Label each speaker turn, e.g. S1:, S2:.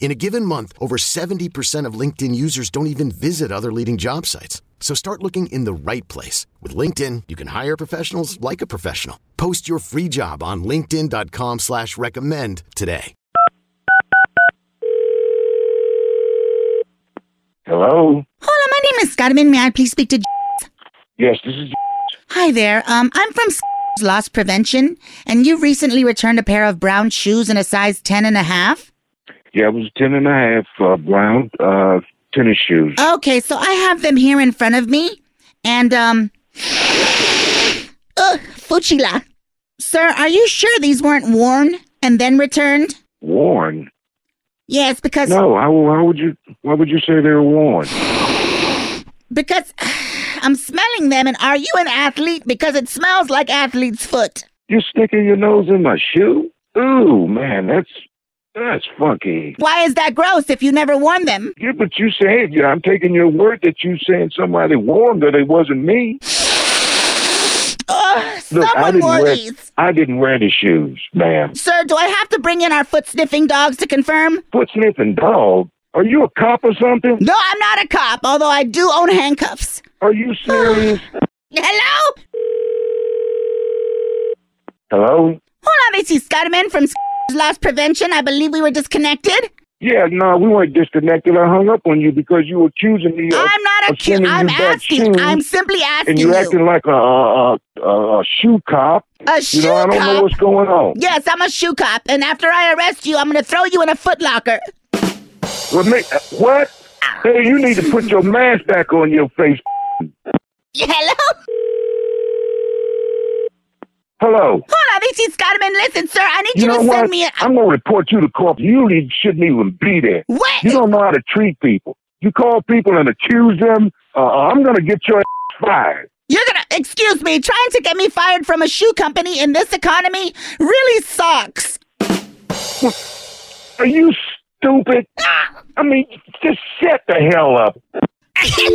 S1: In a given month, over 70% of LinkedIn users don't even visit other leading job sites. So start looking in the right place. With LinkedIn, you can hire professionals like a professional. Post your free job on linkedin.com slash recommend today.
S2: Hello?
S3: Hola, my name is Carmen. May I please speak to? J-
S2: Yes, this is.
S3: Hi there. Um, I'm from S- Loss Prevention, and you recently returned a pair of brown shoes in a size ten and a half.
S2: Yeah, it was ten and a half uh, brown uh, tennis shoes.
S3: Okay, so I have them here in front of me, and um, ugh, fuchila. Sir, are you sure these weren't worn and then returned?
S2: Worn?
S3: Yes, because
S2: No. How, how would you? Why would you say they were worn?
S3: because I'm smelling them, and are you an athlete? Because it smells like athlete's foot.
S2: You're sticking your nose in my shoe? Ooh, man, that's that's funky.
S3: Why is that gross if you never worn them?
S2: Yeah, but you said yeah, I'm taking your word that you saying somebody warned that it wasn't me.
S3: Ugh,
S2: Look, I
S3: someone
S2: didn't
S3: wore
S2: wear
S3: these.
S2: I didn't wear the shoes, ma'am.
S3: Sir, do I have to bring in our foot sniffing dogs to confirm?
S2: Foot sniffing dog. Are you a cop or something?
S3: No, I'm not a cop, although I do own handcuffs.
S2: Are you serious?
S3: Hello?
S2: Hello?
S3: Hola, this is Carmen from Loss Prevention. I believe we were disconnected.
S2: Yeah, no, we weren't disconnected. I hung up on you because you were accusing me of
S3: I'm not a
S2: of sending
S3: I'm
S2: you back
S3: asking.
S2: shoes,
S3: I'm simply asking
S2: and you're acting like a, a, a, a shoe cop.
S3: a
S2: You
S3: shoe
S2: know, I don't
S3: cop?
S2: know what's going on.
S3: Yes, I'm a shoe cop, and after I arrest you, I'm going to throw you in a footlocker.
S2: What? Make, uh, what? Hey, you need to put your mask back on your face.
S3: Hello?
S2: Hello.
S3: Hola, this is Carmen. Listen, sir, I need you,
S2: You know
S3: to send
S2: what?
S3: me a...
S2: I'm gonna report you to court. You need- shouldn't even be there.
S3: What?
S2: You don't know how to treat people. You call people and accuse them. Uh, I'm gonna get your ass fired.
S3: You're gonna, excuse me, trying to get me fired from a shoe company in this economy really sucks.
S2: Are you stupid?
S3: Ah.
S2: I mean, just shut the hell up.
S3: Stupid.